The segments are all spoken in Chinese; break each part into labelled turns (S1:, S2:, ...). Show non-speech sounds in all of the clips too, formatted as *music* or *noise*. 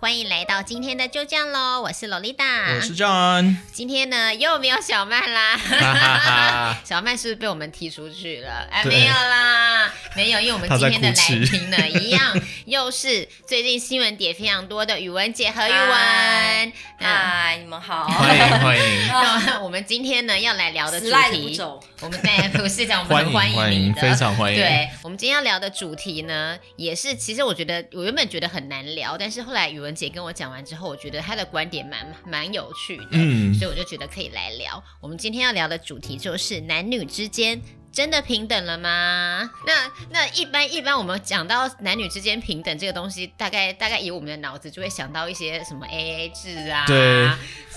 S1: 欢迎来到今天的就这样喽，我是洛丽达，
S2: 我
S1: *laughs*
S2: 是 John，
S1: 今天呢又没有小曼
S2: 哈哈
S1: 啦，
S2: 哈。
S1: *laughs* 小曼是不是被我们踢出去了？哎，
S2: 对
S1: 没有啦，没有，因为我们
S2: 她
S1: 今
S2: 在
S1: 天的
S2: 哭
S1: 来
S2: 泣
S1: 宾呢一样， *laughs* 又是最近新闻点非常多的宇文姐和宇文
S3: 嗨，
S1: 那
S3: 嗨，你们好，
S2: 欢
S3: *laughs*
S2: 迎欢迎，
S3: 啊，
S1: *laughs* 那我们今天呢要来聊的主
S3: 死赖着不
S1: 题，
S3: 走，
S1: 我们对不是讲我们
S2: 欢
S1: 很欢
S2: 迎欢
S1: 迎你
S2: 迎，
S1: 的，
S2: 非常欢迎。
S1: 对我们今天要聊的主题呢，也是其实我觉得我原本觉得很难聊，但是后来宇文姐跟我讲完之后，我觉得她的观点蛮蛮有趣的，
S2: 嗯
S1: 所以我就觉得可以来聊。我们今天要聊的主题就是男女之间。真的平等了吗？那那一般一般我们讲到男女之间平等这个东西，大概大概以我们的脑子就会想到一些什么 A A 制啊，
S2: 对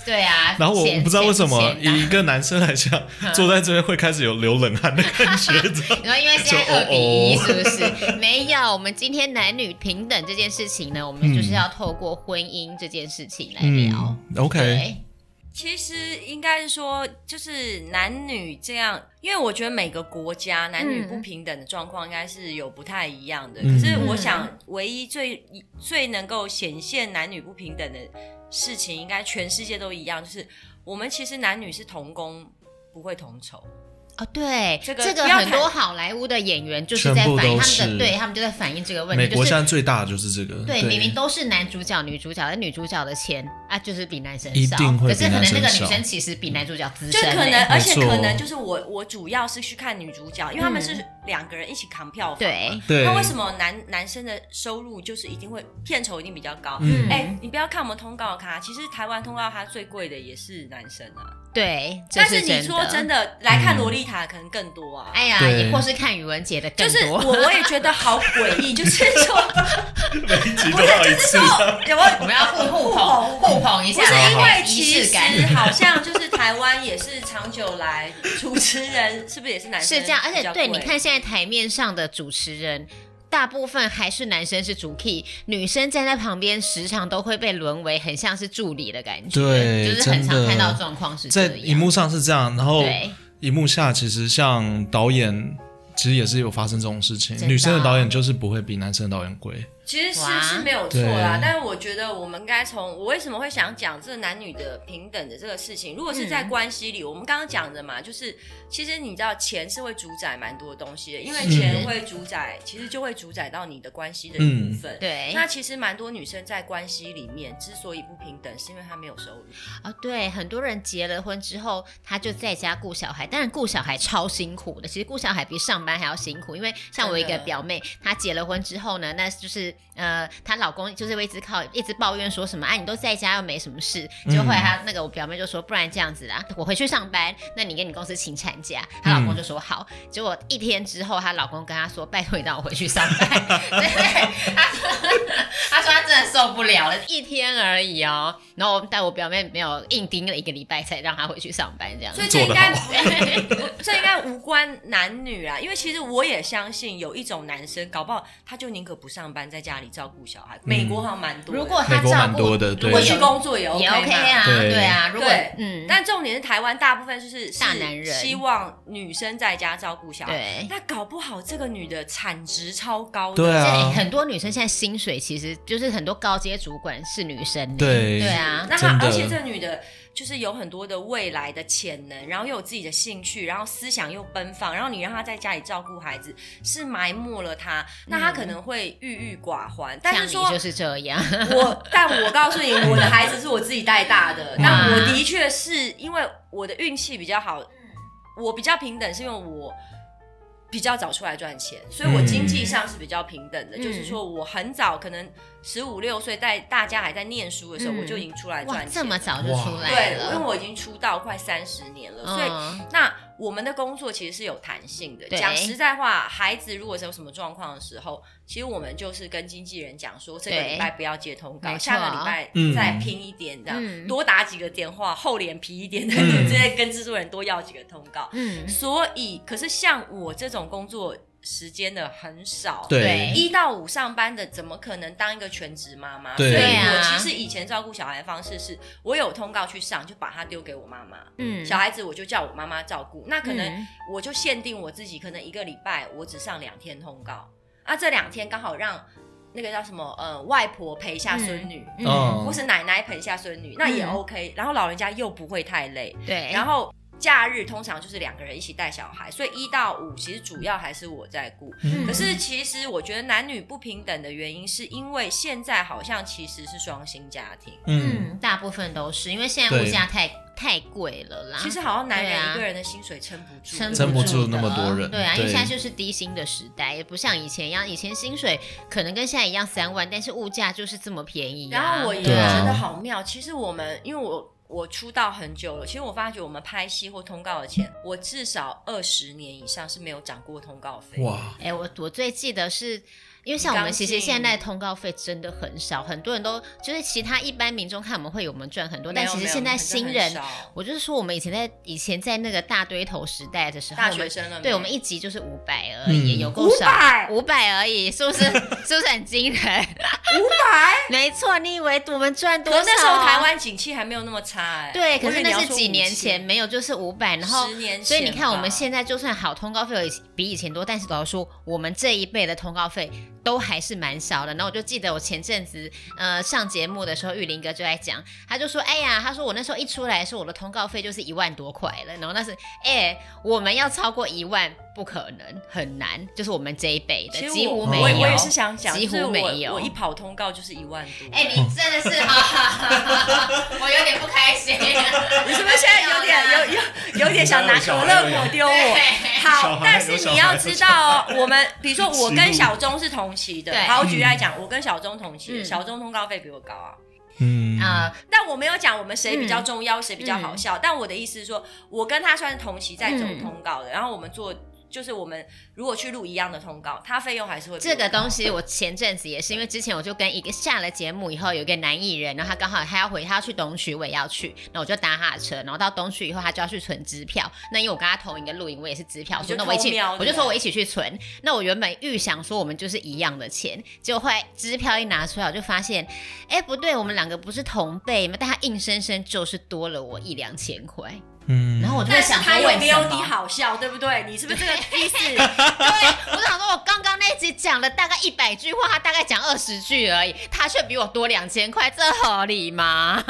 S1: 对啊。
S2: 然后我
S1: 钱
S2: 我不知道为什么
S1: 钱钱啊
S2: 以一个男生来讲，坐在这边会开始有流冷汗的感觉，知
S1: *laughs*
S2: 道吗
S1: 然后因为现在
S2: 就
S1: 二
S2: 哦
S1: 比一，
S2: 哦
S1: 是不是？
S2: *laughs*
S1: 没有，我们今天男女平等这件事情呢，我们就是要透过婚姻这件事情来聊。
S2: 嗯 OK，
S1: 对，
S3: 其实应该是说，就是男女这样，因为我觉得每个国家男女
S1: 嗯
S3: 不平等的状况应该是有不太一样的。
S2: 嗯
S3: 可是我想，唯一最最能够显现男女不平等的事情，应该全世界都一样，就是我们其实男女是同工，不会同酬。
S1: 哦，对，
S3: 这个
S1: 这个
S3: 不要
S1: 很
S3: 看
S1: 多好莱坞的演员就是在
S2: 全部
S1: 反映
S2: 都
S1: 他们的，
S2: 是
S1: 对他们就在反映这个问
S2: 美
S1: 题，就
S2: 国现
S1: 是
S2: 在最大的就是这个，
S1: 对，明明都是男主角、女主角，但女主角的钱啊，就是比男生
S2: 一
S1: 少，
S2: 定会
S1: 可是
S2: 比
S1: 可
S2: 男
S1: 能那个
S2: 生
S1: 女生
S2: 少
S1: 其实比男主角资
S3: 就
S1: 深欸，
S3: 可能，而且
S2: 没错
S3: 可能就是我，我主要是去看女主角，因为他们是两个人一起扛票房嘛。
S1: 对
S2: 对，
S3: 那为什么男男生的收入就是一定会片酬一定比较高？
S2: 嗯
S3: 哎、你不要看我们通告咖，其实台湾通告咖最贵的也是男生啊。
S1: 对，这
S3: 但是
S1: 是
S3: 你说真
S1: 的，
S3: 的，来看萝莉塔可能更多啊。
S1: 哎呀，
S2: 对
S1: 或是看宇文姐的更
S3: 就是
S1: 多，
S3: 我我也觉得好
S1: *laughs*
S3: 诡异，就是说，
S2: 每一集
S3: 不
S2: 都
S3: 是
S2: 要一
S3: 就是
S2: 次
S3: 说，
S1: *laughs*
S3: 有没有
S1: 我们要互互捧互捧一下，
S3: 不是因为
S1: 仪
S3: 其
S1: 式
S3: 实
S1: 感。
S3: 好像就是台湾也是长久来主持人是不是也是男生
S1: 是这样，而
S3: 比
S1: 且
S3: 较
S1: 对，
S3: 贵
S1: 你看现在台面上的主持人。大部分还是男生是主 key，女生站在旁边时常都会被沦为很像是助理的感觉，
S2: 对
S1: 就是很常
S2: 真的
S1: 看到状况是这
S2: 在
S1: 样。
S2: 荧幕上是这样，然后
S1: 对
S2: 荧幕下其实像导演。其实也是有发生这种事情
S1: 真，的
S2: 女生的导演就是不会比男生的导演贵，
S3: 其实
S1: 哇
S3: 是是没有错啦
S2: 对，
S3: 但是我觉得我们应该从我为什么会想讲这个男女的平等的这个事情，如果是在
S1: 嗯
S3: 关系里，我们刚刚讲的嘛，就是其实你知道钱是会主宰蛮多东西的，因为钱
S1: 嗯
S3: 会主宰，其实就会主宰到你的关系的一
S2: 嗯
S3: 部分。
S1: 对
S3: 那其实蛮多女生在关系里面之所以不平等，是因为她没有收入。
S1: 哦，对，很多人结了婚之后，他就在家顾小孩，当然顾小孩超辛苦的。其实顾小孩比上班还要辛苦，因为像我一个
S3: 真的
S1: 表妹，她结了婚之后呢，那就是呃，她老公就是会一直靠一直抱怨说什么，哎、你都在家又没什么事。
S3: 嗯
S1: 结果后来她那个我表妹就说，不然这样子啦，我回去上班，那你跟你公司请产假。她老公就
S3: 嗯
S1: 说好。结果一天之后，她老公跟她说，拜托你让我回去上班。对，她说她说她真的受不了了，一天而已哦。然后但我表妹没有硬盯了一个礼拜才让她回去上班，这样子
S3: 所以。这
S2: 做
S3: 应
S2: 得
S3: 该
S2: 好，
S3: *laughs* 这应该无关男女啊，因为其实我也相信有一种男生，搞不好他就宁可不上班，在家里照顾小孩。美
S2: 嗯
S3: 国好像蛮多的，
S1: 如果
S2: 美
S1: 她
S2: 国
S1: 照
S2: 蛮
S1: 顾，
S2: 多的，
S1: 如
S2: 对
S1: 果
S3: 我
S1: 有
S3: 去工作也 OK,
S1: 也
S3: 嘛
S1: OK 啊，
S2: 对
S1: 对啊，如果
S3: 对
S1: 嗯，
S3: 但重点是台湾大部分就是是
S1: 大男人
S3: 希望女生在家照顾小孩，
S1: 对。
S3: 那搞不好这个女的产值超高的，
S2: 对
S1: 现在
S2: 啊，
S1: 很多女生现在薪水其实就是很多高阶主管是女生呢，
S2: 对
S1: 对啊，
S3: 那她
S2: 真的
S3: 而且这个女的就是有很多的未来的潜能，然后又有自己的兴趣，然后思想又奔放，然后你让她在家里照顾孩子，是埋没了她，那她可能会郁郁寡欢。但
S1: 嗯像
S3: 是
S1: 你
S3: 说，
S1: 就是这样，
S3: 我，但我告诉你，我的孩子是我自己带大的，
S1: 嗯
S3: 但我的确是因为我的运气比较
S1: 嗯
S3: 好，我比较平等，是因为我比较早出来赚钱，所以我经济上是比较平等的。
S1: 嗯
S3: 就是说，我很早，可能十五六岁，在大家还在念书的时候，
S1: 嗯
S3: 我就已经出来
S1: *laughs* 哇，
S3: 赚
S1: 这
S3: 钱
S1: 么
S3: 了。
S1: 早就出来
S3: 对，因为
S1: 了，
S3: 我已经出道快三十年了，所以
S1: 嗯，
S3: 那我们的工作其实是有弹性的。
S1: 对
S3: 讲实在话，孩子如果是有什么状况的时候，其实我们就是跟经纪人讲说，这个礼拜不要接通
S1: 没
S3: 告，
S1: 错
S3: 下个礼拜
S2: 嗯
S3: 再拼一点，这样、
S1: 嗯
S3: 多打几个电话，厚脸皮一点，
S2: 嗯
S3: 直接跟制作人多要几个通告。
S1: 嗯，
S3: 所以，可是像我这种工作时间的很少，
S1: 对
S2: 对，
S3: 一到五上班的，怎么可能当一个全职妈妈？
S2: 对
S3: 所以
S2: 对
S1: 啊
S3: 我其实以前照顾小孩的方式是，我有通告去上，就把它丢给我妈妈。
S1: 嗯
S3: 小孩子我就叫我妈妈照顾，那可能
S1: 嗯
S3: 我就限定我自己，可能一个礼拜我只上两天通告，啊，这两天刚好让那个叫什么呃外婆陪一下孙女，
S1: 嗯
S2: 嗯
S3: 或是奶奶陪一下孙女，那也
S1: 嗯哎
S3: OK、然后老人家又不会太累，
S1: 对，
S3: 然
S1: 后
S3: 后假日通常就是两个人一起带小孩，所以一到五其实主要还是我在顾。
S1: 嗯
S3: 可是其实我觉得男女不平等的原因，是因为现在好像其实是双薪家庭，
S2: 嗯，
S1: 嗯，大部分都是因为现在物
S2: 对
S1: 价太太贵了啦。
S3: 其实好像男
S1: 对
S3: 人
S1: 啊
S3: 一个人的薪水撑不住，
S1: 撑
S2: 撑不住
S1: 的
S2: 那么多人
S1: 对啊，因为
S2: 对
S1: 现在就是低薪的时代，也不像以前一样，以前薪水可能跟现在一样三万，但是物价就是这么便宜啊、
S3: 然后我也
S2: 对啊
S3: 觉得好妙，其实我们因为我我出道很久了，其实我发觉我们拍戏或通告的钱，我至少二十年以上是没有涨过通告费。
S2: 哇，
S1: 哎、我我最记得是。因为像我们
S3: 刚
S1: 其实
S3: 进
S1: 现在通告费真的很少，很多人都就是其他一般民众看我们会有我们赚很多，
S3: 没
S1: 但
S3: 有
S1: 其实
S3: 没有
S1: 现在
S3: 很多
S1: 新
S3: 很
S1: 人，
S3: 少
S1: 我就是说我们以前在以前在那个大堆头时代的时候，
S3: 大
S1: 我
S3: 学
S1: 们
S3: 生了没，
S1: 对我们一集就是五百而已，
S2: 嗯
S1: 有够少，*laughs*
S3: 500
S1: 五百而已，
S3: *laughs*
S1: 是不是？是不是很惊人？
S3: 五百。
S1: *laughs* 没错，你以为我们赚多
S3: 可
S1: 少
S3: 是
S1: 啊？
S3: 那时候台湾景气还没有那么差哎、
S1: 对，可
S3: 我以
S1: 是
S3: 为
S1: 那
S3: 你要
S1: 是
S3: 说
S1: 几
S3: 五
S1: 年
S3: 千
S1: 前，没有，就是五百，然后
S3: 十年前，
S1: 所以你看，我们。现在就算好通告费有以比以前多，但是老实说，我们这一辈的通告费都还是蛮少的。然后我就记得我前阵子呃上节目的时候，玉林哥就在讲，他就说：“哎呀，他说我那时候一出来的时候，我的通告费就是一万多块了。”然后那是哎、我们要超过一万不可能，很难，就是我们这一辈
S3: 其
S1: 的
S3: 实
S1: 几
S3: 我
S1: 乎
S3: 我
S1: 没
S3: 我
S1: 有。
S3: 也是想讲，
S1: 几
S3: 就
S1: 乎
S3: 是我
S1: 没有
S3: 我一跑通告就是一万多。
S1: 哎、你真的是，哈哈哈哈哈我有点不开
S3: *laughs*
S1: 心。 *laughs*
S3: 你是不是现在有 *laughs* 点有有有点想拿可乐果丢我？
S2: 小
S3: 好
S2: 孩，
S3: 但是你要知道哦，我们比如
S2: *laughs*
S3: 说我
S2: 歧
S3: 跟
S2: 路
S3: 小钟是同期的
S1: 对，
S3: 好，我举例来讲，我跟小钟同期的，
S1: 嗯
S3: 小钟通告费比我高啊，
S2: 嗯
S1: 啊、
S3: 但我没有讲我们谁比较重要，谁比较好笑，但我的意思是说，我跟他算是同期在走
S1: 嗯
S3: 通告的，然后我们做。就是我们如果去录一样的通告，他费用还是会比
S1: 这
S3: 我
S1: 个
S3: 高
S1: 东西我前阵子也是，因为之前我就跟一个下了节目以后，有一个男艺人，然后他刚好他要回，他要去东区，我也要去，那我就搭他的车，然后到东区以后，他就要去存支票。那因为我跟他同一个录影，我也是支票，
S3: 你
S1: 说
S3: 就
S1: 那我一
S3: 偷
S1: 起
S3: 瞄，
S1: 我
S3: 对
S1: 就
S3: 不
S1: 说
S3: 对
S1: 我一起去存。那我原本预想说我们就是一样的钱，结果后来支票一拿出来，我就发现，哎，不对，我们两个不是同辈吗？但他硬生生就是多了我一两千块。
S2: 嗯，
S1: 然后我就会
S3: 但是
S1: 想说
S3: 他有
S1: 为
S3: 没
S1: 什
S3: 有
S1: 么
S3: 你好笑，对不对？你是不是这个意思？ *laughs*
S1: 对，我想说，我刚刚那集讲了大概一百句话，他大概讲二十句而已，他却比我多两千块，这合理吗？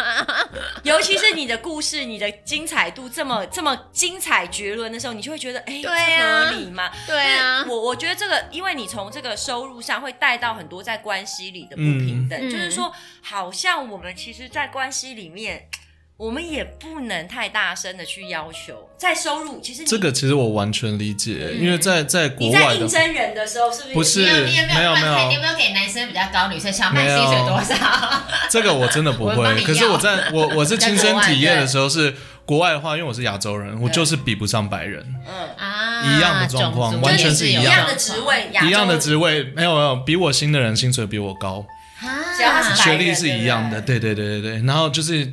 S3: 尤其是你的故事，你的精彩度这么这么精彩绝伦的时候，你就会觉得，哎、
S1: 对啊
S3: 这合理吗？
S1: *laughs* 对啊
S3: 就是，我我觉得这个，因为你从这个收入上会带到很多在关系里的不平等，
S1: 嗯
S3: 就是说，好像我们其实，在关系里面，我们也不能太大声的去要求，在收入，其实你
S2: 这个其实我完全理解，因为在在国
S3: 你在
S2: 外
S3: 应
S2: 的
S3: 征人的时候，是不是
S2: 不是
S1: 你有你有没有
S2: 没有
S1: 乱开你
S2: 没有
S1: 有没有给男生比较高，女生想卖
S2: 没
S1: 薪
S2: 有
S1: 水多少？
S2: 这个我真的不
S1: 我帮你
S2: 会，
S1: 要
S2: 可是我在我我是亲身体验的时候是国外的话，因为我是亚洲人，我
S3: 对
S2: 就是比不上白人，
S3: 嗯，
S1: 啊 *laughs*
S2: 一样的状况
S1: 种族
S2: 完全
S1: 也
S2: 是
S1: 有
S3: 一
S2: 一
S3: 样
S2: 样
S3: 的职位，亚洲
S2: 一样的职位，没有没有比我新的人薪水比我高，
S1: 啊，
S3: 只要他是白
S2: 学
S3: 人
S2: 历是一样的，对对对对对，然后就是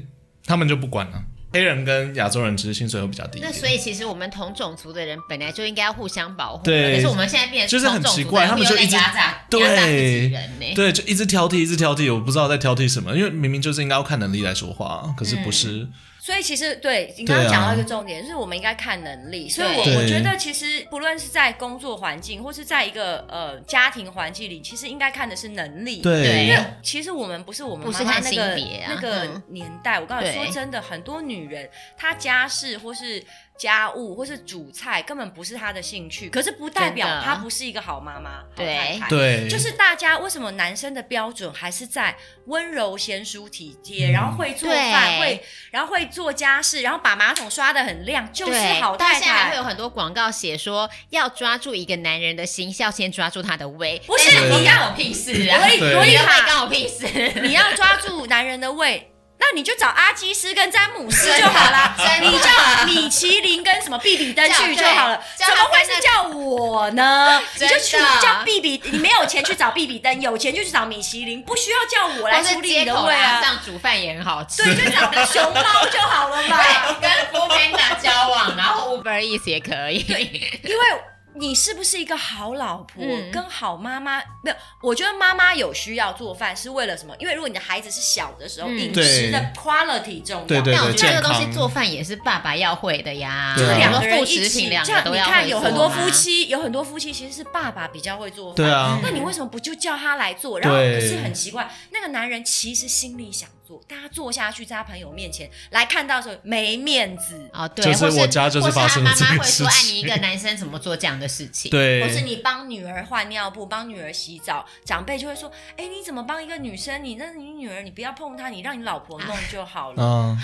S2: 他们就不管了，黑人跟亚洲人其实薪水会比较低一
S1: 那
S2: 点，
S1: 所以其实我们同种族的人本来就应该要互相保护，
S2: 对
S1: 可是我们现在变成
S2: 就是很
S1: 同种族
S2: 奇怪
S1: 的人
S2: 他们就
S1: 又在
S2: 一直
S1: 压榨
S2: 对
S1: 压榨自己人呢、
S2: 对，就一直挑剔，一直挑剔，我不知道在挑剔什么，因为明明就是应该要看能力来说话，可是不是，
S3: 所以其实对你刚刚
S2: 对啊
S3: 讲到一个重点，就是我们应该看能力。所以
S1: 对
S3: 我我觉得其实不论是在工作环境，或是在一个呃家庭环境里，其实应该看的是能力。。因
S1: 对
S2: 对
S3: 为其实我们不是我们
S1: 不
S3: 妈
S1: 是
S3: 妈
S1: 看
S3: 那
S1: 性
S3: 个
S1: 别啊
S3: 那个
S1: 嗯
S3: 年代，我告诉你
S1: 对
S3: 说真的，很多女人她家事或是家务或是煮菜根本不是她的兴趣，可是不代表
S1: 真的
S3: 她不是一个好妈妈、好
S1: 对
S3: 太太。
S2: 对，
S3: 就是大家为什么男生的标准还是在温柔、贤淑、体贴，
S2: 嗯
S3: 然后会做
S1: 对
S3: 饭，会然后会做家事，然后把马桶刷的很亮，就是
S1: 对
S3: 好
S1: 到
S3: 太
S1: 现在还会
S3: 太。
S1: 有很多广告写说，要抓住一个男人的心，是要先抓住他的胃。
S3: 不是
S1: 但
S2: 你
S1: 干我屁事啊！
S3: 所以
S2: 对
S3: 所
S1: 你
S3: 以
S1: 又没
S3: 嘛，
S1: 干我屁事。
S3: 你要抓住男人的胃，那你就找阿基斯跟詹姆斯就好啦，
S1: 真的
S3: 你叫米其林跟什么必比登去就好了，
S1: 叫
S3: 怎
S1: 对
S3: 么会是叫我呢？你
S1: 真的
S3: 就去叫必比，你没有钱去找必比登，有钱就去找米其林，不需要 *laughs* 叫我来
S1: 但
S3: 处
S1: 是
S3: 理你
S1: 街
S3: 的
S1: 口
S3: 胃
S1: 啦，
S3: 啊。
S1: 上煮饭也很好吃。 *laughs*
S3: 对，啊就找熊猫就好了嘛。
S1: *laughs* 对，跟 f o o p a n d a 交往，然后 Uber Eats 也可以。
S3: 因为你是不是一个好老婆
S1: 嗯
S3: 跟好妈妈？没有，我觉得妈妈有需要做饭是为了什么？因为如果你的孩子是小的时候，
S1: 嗯
S3: 饮食的 quality 重要。
S2: 对对
S1: 但我
S2: 对，
S1: 觉得这
S2: 健
S1: 个东
S2: 康
S1: 西做饭也是爸爸要会的呀，
S2: 对啊
S1: 两
S3: 两个人
S1: 副
S3: 一
S1: 食
S3: 起，
S1: 品两
S3: 这
S1: 个
S3: 样
S1: 都
S3: 你
S1: 要
S3: 看
S1: 会
S3: 有
S1: 做
S3: 很多
S1: 嘛
S3: 夫妻，有很多夫妻其实是爸爸比较会做饭，
S2: 对啊
S3: 那你为什么不就叫他来做？然后
S2: 对
S3: 可是很奇怪，那个男人其实心里想做，但他坐下去在他朋友面前来看到的时候没面子。
S1: 哦，对，
S2: 就是
S1: 或
S2: 我家就是
S1: 或
S2: 发生了
S1: 他妈
S2: 这
S1: 妈
S2: 个
S1: 会
S2: 事
S1: 说，哎，
S2: 情
S1: 你一个男生怎么做这样的事情？
S2: 对，
S3: 或是你帮女儿换尿布，帮女儿洗澡，长辈就会说：“哎，你怎么帮一个女生？你那你女儿，你不要碰她，你让你老婆弄就好了。
S2: 嗯，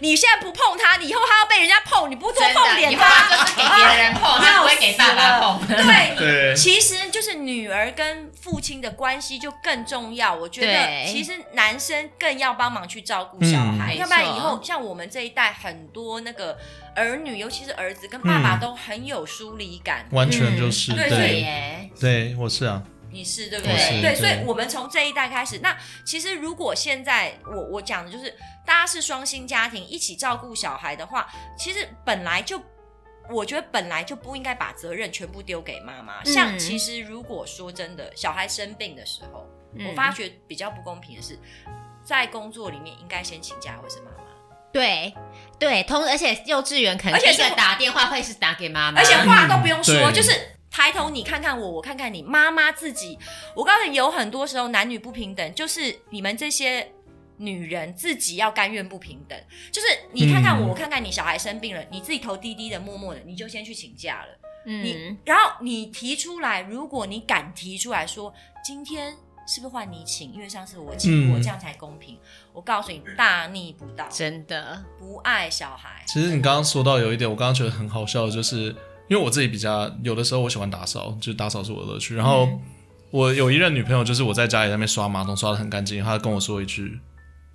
S3: 你现在不碰她，你以后她要被人家碰，你不多
S1: 真
S3: 碰
S1: 的，以
S3: 点
S1: 后
S3: 她，
S1: 就是给别人碰，他不会给
S3: *laughs*
S1: 爸爸碰。
S3: *laughs* 对，
S2: 对
S3: 其实就是女儿跟父亲的关系就更重要。我觉
S1: 对
S3: 得其实男生更要帮忙去照顾小孩，
S1: 嗯
S3: 要不然
S1: 没错
S3: 以后像我们这一代很多那个儿女，尤其是儿子跟爸
S2: 嗯
S3: 爸都很有疏离感。
S2: *laughs* 完全就是、
S1: 嗯
S3: 对所
S1: 对
S2: 对
S1: 耶，
S2: 对，我是啊，
S3: 你是对不
S1: 我
S3: 对？
S1: 是
S3: 对，
S2: 对
S3: 所以我们从这一代开始，那其实如果现在我我讲的就是大家是双薪家庭一起照顾小孩的话，其实本来就。我觉得本来就不应该把责任全部丢给妈妈。
S1: 嗯
S3: 像其实如果说真的，小孩生病的时候，
S1: 嗯
S3: 我发觉比较不公平的是，在工作里面应该先请假会是妈妈，
S1: 对对，通而且幼稚园肯
S3: 而
S1: 定
S3: 且
S1: 一
S3: 是
S1: 个打电话会是打给妈妈，
S3: 而且话都不用说，
S2: 嗯对
S3: 就是抬头你看看我，我看看你，妈妈自己。我告诉你，有很多时候男女不平等，就是你们这些。女人自己要甘愿不平等，就是你看看我，
S2: 嗯
S3: 我看看你，小孩生病了，你自己头低低的、默默的，你就先去请假了。你
S1: 嗯，
S3: 然后你提出来，如果你敢提出来说，今天是不是换你请？因为上次我请过，
S2: 嗯
S3: 这样才公平。我告诉你，大逆不道，
S1: 真的，
S3: 不爱小孩。
S2: 其实你刚刚说到有一点，我刚刚觉得很好笑的，就是因为我自己比较有的时候我喜欢打扫，就是打扫是我的乐趣。然后
S1: 嗯
S2: 我有一任女朋友，就是我在家里在那边刷马桶刷的很干净，她跟我说一句：“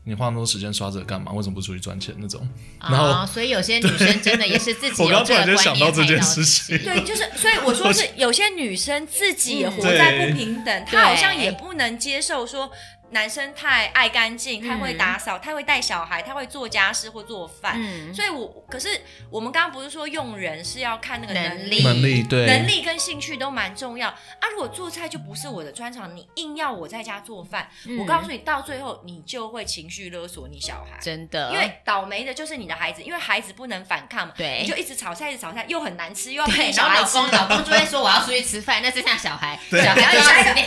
S2: 你花那么多时间刷这个干嘛？为什么不出去赚钱？”那种。 *laughs* 然后
S1: 哦，所以有些女生真的也是自己
S2: 我
S1: 有
S2: 刚突
S1: 这个观
S2: 然
S1: 念
S2: 间
S1: 才
S2: 想到这件事
S1: 到
S2: 情，
S3: 对，就是，所以我说是有些女生自己也活
S1: 嗯
S3: 在不平等，
S1: 对
S3: 她好像也不能接受说男生太爱干净，太会打扫，太会带小孩，太会做家事或做饭。
S1: 嗯，
S3: 所以我可是我们刚刚不是说用人是要看那个
S1: 能力
S3: 能力
S2: 能 *laughs* 力对
S3: 能力跟兴趣都蛮重要啊。如果做菜就不是我的专长，你硬要我在家做饭，
S1: 嗯
S3: 我告诉你，到最后你就会情绪勒索你小孩，
S1: 真的，
S3: 因为倒霉的就是你的孩子，因为孩子不能反抗嘛，
S1: 对
S3: 你就一直炒菜，一直炒菜，又很难吃，又要
S1: 对，
S3: 陪小
S1: 然后
S3: 孩
S1: 老
S3: 吃。
S1: 公老公就会说我要出去吃饭，那剩下小孩，
S2: *laughs* 对
S1: 小孩就要吃掉。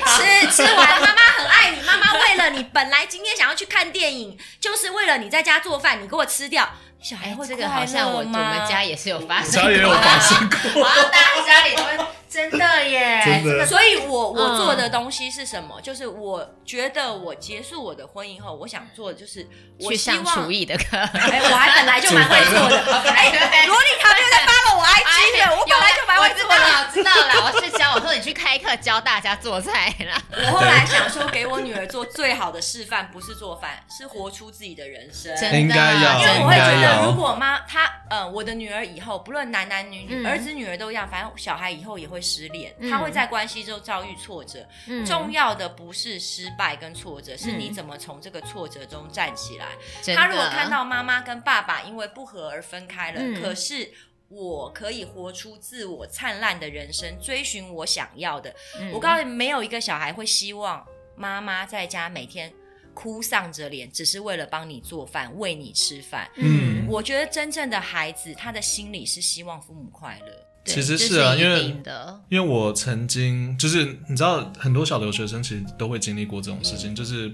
S3: 吃吃完，妈妈很爱你。妈妈为了你，本来今天想要去看电影，就是为了你在家做饭，你给我吃掉。小孩
S1: 哎，
S3: 会
S1: 这
S3: 快
S1: 个好像我我
S3: 乐吗
S1: 们家也是有发
S2: 我
S1: 生，
S2: 家也有发生过。
S1: 过，然后大家家里都会真的耶，
S2: 真的
S3: 所以我
S1: 嗯
S3: 我做的东西是什么？就是我觉得我结束我的婚姻后，我想做的就是我
S1: 去
S3: 希
S1: 上厨
S3: 望。
S1: 艺的课。
S3: 哎，我还本来就蛮会做的。
S1: *laughs*
S3: 哎，
S1: 对
S3: 萝莉塔没有在发了我
S1: 哎
S3: IG 的，我本来就蛮会
S1: 知
S3: 做
S1: 道
S3: 的。
S1: 了，我知道了。我是教我说你去开课教大家做菜啦。
S3: 我后来想说，给我女儿做最好的示范，不是做饭，是活出自己的人生。
S1: 真
S2: 应该要
S3: 啊因为我
S2: 啊应
S3: 会
S2: 该
S3: 觉得，
S2: 要
S3: 如果妈她呃，我的女儿以后不论男男女女，
S1: 嗯
S3: 儿子女儿都一样，反正小孩以后也会失恋，
S1: 嗯
S3: 他会在关系中遭遇挫折，
S1: *laughs* 嗯
S3: 重要的不是失败跟挫折，是你
S1: 嗯
S3: 怎么从这个挫折中站起来。
S1: 真的
S3: 他如果看到妈妈跟爸爸因为不和而分开了，
S1: 嗯
S3: 可是。我可以活出自我灿烂的人生，追寻我想要的。
S1: 嗯
S3: 我告诉你，没有一个小孩会希望妈妈在家每天哭丧着脸，只是为了帮你做饭、喂你吃饭。
S2: 嗯
S3: 我觉得真正的孩子，他的心里是希望父母快乐。
S1: 对
S2: 其实
S1: 这
S2: 是啊
S1: 一
S2: 因为
S1: 定的
S2: 因为我曾经就是你知道，很多小留学生其实都会经历过这种事情，
S3: 嗯
S2: 就是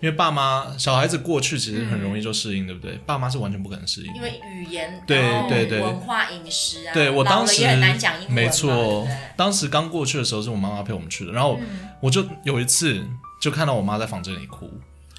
S2: 因为爸妈小孩子过去其实很容易就适应，对不对？爸妈是完全不可能适应的，
S3: 嗯因为语言，
S2: 对
S3: 然后
S2: 对对
S3: 文化、饮食啊，
S2: 对我
S3: 老
S2: 当
S3: 了
S2: 时
S3: 也很难讲英文嘛，
S2: 没
S3: 对不
S2: 错
S3: 对，嗯
S2: 当时刚过去的时候是我妈妈陪我们去的，然后
S1: 嗯
S2: 我就有一次就看到我妈在房间里哭，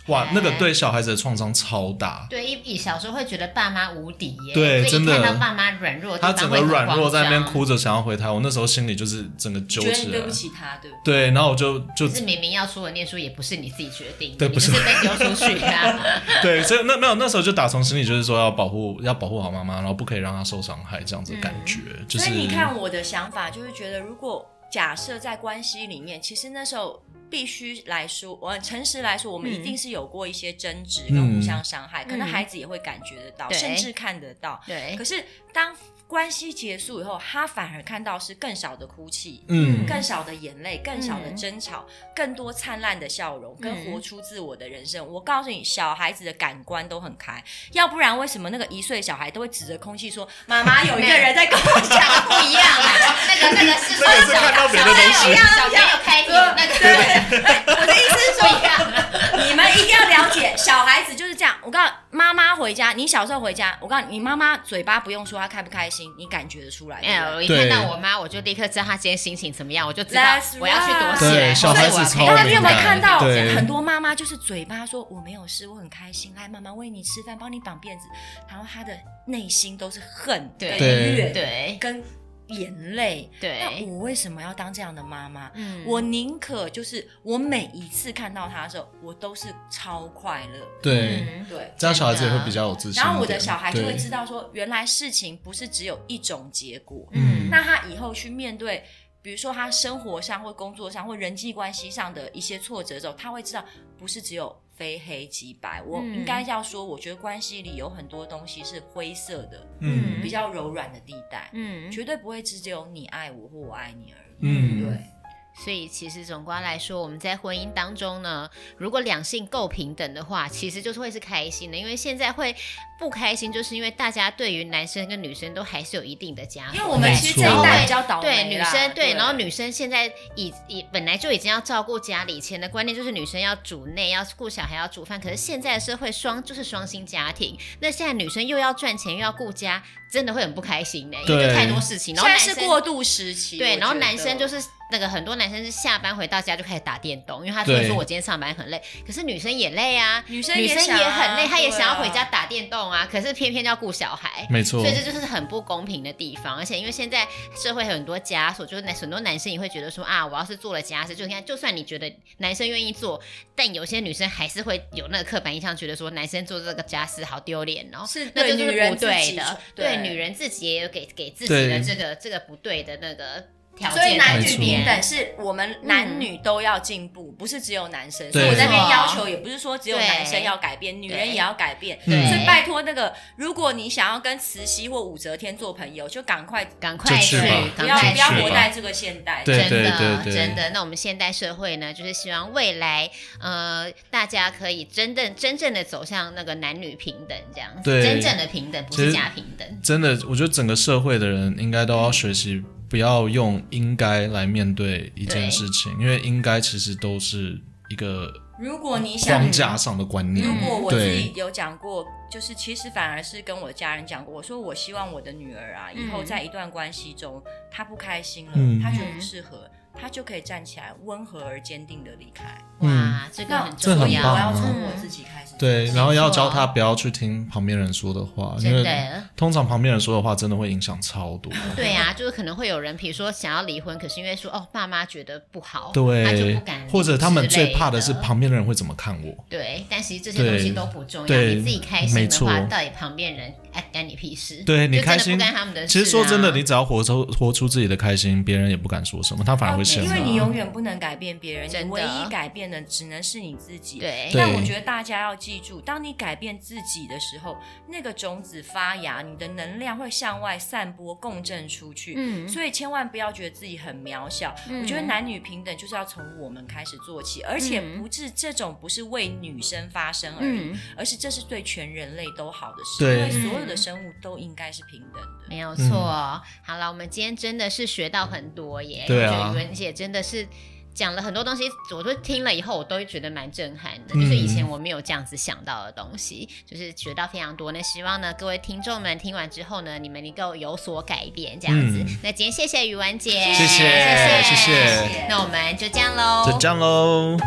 S2: 哇
S1: 哎，
S2: 那个对小孩子的创伤超大，
S1: 对，一一小时候会觉得爸妈无敌耶，
S2: 对
S1: 所以一
S2: 真的
S1: 看到爸妈软弱，
S2: 她整个软弱在那边，哭着想要回台，我那时候心里就是啊整个
S3: 你
S2: 揪
S3: 觉得
S2: 起
S3: 你对
S2: 来
S3: 不，起他，对不对？
S2: 对，然后我就就
S1: 可是明明要出国念书，也不是你自己决定的，
S2: 对
S1: 你
S2: 不是
S1: 就是被丢出去啊的。
S2: *laughs* 对，所以那没有那时候就打从心里就是说要保护要保护好妈妈，然后不可以让她受伤害这样子的感觉，就是
S3: 嗯所以你看我的想法就是觉得，如果假设在关系里面，其实那时候必须来说，我诚实来说，我们
S1: 嗯
S3: 一定是有过一些争执跟互相伤害，可能
S1: 嗯
S3: 孩子也会感觉得到，
S1: 对
S3: 甚至看得到。
S1: *laughs* 对
S3: 可，是当关系结束以后，他反而看到是更少的哭泣，
S2: 嗯
S3: 更少的眼泪，更少的争吵，更多灿烂的笑容，跟
S1: 嗯
S3: 活出自我的人生。我告诉你，小孩子的感官都很开，要不然为什么那个一岁小孩都会指着空气说：“妈妈有一个人在跟我讲
S1: 那个不一样啦，那个那个是
S2: 那个是看到别的东西
S1: 啊小朋友开庭那个对，我的意思是说一样啊啦，
S3: *laughs* 你们一定要了解，小孩子就是这样。我告诉你妈妈回家，你小时候回家，我告诉你，你妈妈嘴巴不用说，她开不开心，你感觉得出来。
S1: 没哎有，我一
S2: 对
S1: 看到我妈，我就立刻知道她今天心情怎么样，我就知道
S3: That's
S1: 我要去躲起
S2: right 对
S1: 来，
S2: 小孩子
S1: 或者
S2: 超
S1: 我
S3: 大
S1: 要
S3: 家
S1: 陪她
S3: 你有没有看到
S2: 对
S3: 很多妈妈就是嘴巴说我没有事，我很开心，来妈妈喂你吃饭，帮你绑辫子，然后她的内心都是恨、
S1: 对
S3: 跟
S1: *laughs*
S3: 怨、
S1: 对
S3: 跟眼泪。那
S1: 对，
S3: 我为什么要当这样的妈妈？
S1: 嗯
S3: 我宁可就是我每一次看到她的时候，我都是超快乐。
S2: 对，
S1: 嗯
S3: 对，
S2: 这样小孩子也会比较有自信一点。
S3: 然后我的小孩就会
S2: 对
S3: 知道说，原来事情不是只有一种结果。
S1: 嗯
S3: 那他以后去面对，比如说他生活上或工作上或人际关系上的一些挫折的时候，他会知道不是只有非黑即白。我
S1: 嗯
S3: 应该要说，我觉得关系里有很多东西是灰色的，
S2: 嗯
S3: 比较柔软的地带，
S1: 嗯，
S3: 绝对不会只有你爱我或我爱你而已。
S2: 嗯
S3: 对，
S1: 所以其实总观来说，我们在婚姻当中呢，如果两性够平等的话，其实就是会是开心的。因为现在会不开心，就是因为大家对于男生跟女生都还是有一定的枷锁在，
S3: 啊因为我们其实这一代比较倒
S1: 对
S3: 霉
S1: 女
S3: 啦
S1: 生对，然后女生现在已已本来就已经要照顾家里，以前的观念就是女生要主内，要顾小孩，要煮饭。可是现在的社会双就是双薪家庭，那现在女生又要赚钱又要顾家，真的会很不开心的、欸因为
S2: 对
S1: 就太多事情。然
S3: 现
S1: 后
S3: 在
S1: 男
S3: 是
S1: 生
S3: 过渡时期，
S1: 对，
S3: 我
S1: 然后
S3: 觉
S1: 男
S3: 得
S1: 生就是那个很多男生是下班回到家就开始打电动，因为他觉得
S2: 对
S1: 说我今天上班很累，可是女生也累啊，
S3: 女生
S1: 女生
S3: 想
S1: 也很累，
S3: 啊
S1: 她也想要
S3: 对
S1: 回
S3: 啊
S1: 家打电动啊，可是偏偏要顾小孩。
S2: 没错
S1: 所以，这就是很不公平的地方，而且因为现在社会很多枷锁，就是男很多男生也会觉得说啊，我要是做了家事，就你看，就算你觉得男生愿意做，但有些女生还是会有那个刻板印象，觉得说男生做这个家事好丢脸
S3: *laughs*
S1: 哦，
S3: 是
S1: 那
S3: 对
S1: 就是
S3: 女人
S1: 不
S3: 自
S1: 对
S3: 己
S1: 的，
S3: 对
S1: 对女人自己也有给给自己的
S2: 对
S1: 这个这个不对的那个条件，
S3: 所以男女
S2: 没错
S3: 平等是
S1: 嗯
S3: 我们男女都要进步，不是只有男生。所
S2: 对
S3: 以我在那边
S1: 没错
S3: 要求，也不是说只有男生
S1: 对
S3: 要改变，女人
S1: 对
S3: 也要改变。
S1: 对，
S2: 嗯
S3: 所以拜托那个，如果你想要跟慈禧或武则天做朋友，就赶快
S1: 赶快
S2: 就去
S1: 对
S2: 吧
S1: 赶
S3: 不要
S1: 快
S3: 不要
S1: 去
S2: 是
S3: 活
S2: 吧
S3: 在这个现代。
S2: 对
S1: 真的
S2: 对
S1: 真的。那我们现代社会呢，就是希望未来呃，大家可以真正真正的走向那个男女平等这样子，
S2: 对
S1: 真正的平等，不
S2: 其
S1: 是
S2: 实嗯
S1: 假平等。
S2: 真的，我觉得整个社会的人应该都要学习，不要用应该来面对一件事情，因为应该其实都是一个
S3: 如果你想
S2: 框架上的观念
S3: 如。果我自己
S2: 对，
S3: 有讲过，就是其实反而是跟我家人讲过，我说我希望我的女儿啊，以后
S1: 嗯
S3: 在一段关系中，她不开心了，
S2: 嗯
S3: 她觉得不适合，她就可以站起来，温和而坚定的离开。
S1: 哇，这个很
S2: 嗯这
S1: 重
S2: 很
S3: 所以
S1: 要，
S3: 啊，我
S2: 棒
S3: 要
S2: 啊
S3: 从
S1: 嗯
S3: 我自己开始做起。
S2: 对，然后要
S3: 啊
S2: 教
S1: 没
S2: 他
S1: 错
S2: 不要去听旁边人说的话，因
S1: 真
S2: 为
S1: 的。
S2: 通常旁边人说的话真的会影响超
S3: *laughs*
S2: 多。
S1: 对啊，就是可能会有人，比如说想要离婚，可是因为说哦，爸妈觉得不好，他就
S2: 对
S1: 不敢，
S2: 或者他们
S1: 之类
S2: 最怕的是
S1: 的
S2: 旁边的人会怎么看我。
S1: 对，但其实这些东西
S2: 对
S1: 都不重要，
S2: 对
S1: 你自己开心
S2: 没
S1: 的话，
S2: 错
S1: 到底旁边人哎干你屁事？
S2: 对
S1: 就
S2: 你
S1: 真的
S2: 开心
S1: 不干他
S3: 呃
S1: 们的事、啊。
S2: 其实说真的，你只要活出活出自己的开心，别人也不敢说什么，他反而会羡慕。啊
S3: 哦因为你永远不能改变别人，
S1: 真的
S3: 你唯一改变的只能是你自己。
S1: 对
S2: 对
S3: 但我觉得大家要记住，当你改变自己的时候，那个种子发芽，你的能量会向外散播，共振出去。
S1: 嗯
S3: 所以千万不要觉得自己很渺小。
S1: 嗯
S3: 我觉得男女平等就是要从我们开始做起，而且
S1: 嗯
S3: 不是这种不是为女生发声而已，
S1: 嗯，
S3: 而是这是对全人类都好的事，
S2: 对
S3: 因为
S1: 嗯
S3: 所有的生物都应该是平等的。
S1: 没有错。好了，我们今天真的是学到很多耶，
S2: 对啊
S1: 我觉得袁姐真的是。讲了很多东西，我都听了以后，我都会觉得蛮震撼的，
S2: 嗯
S1: 就是以前我没有这样子想到的东西，就是学到非常多。那希望呢，各位听众们听完之后呢，你们能够有所改变，这样子。
S2: 嗯
S1: 那今天谢谢于文姐，
S2: 谢谢
S1: 谢
S2: 谢谢
S1: 那我们就这样喽，
S2: 就这样喽。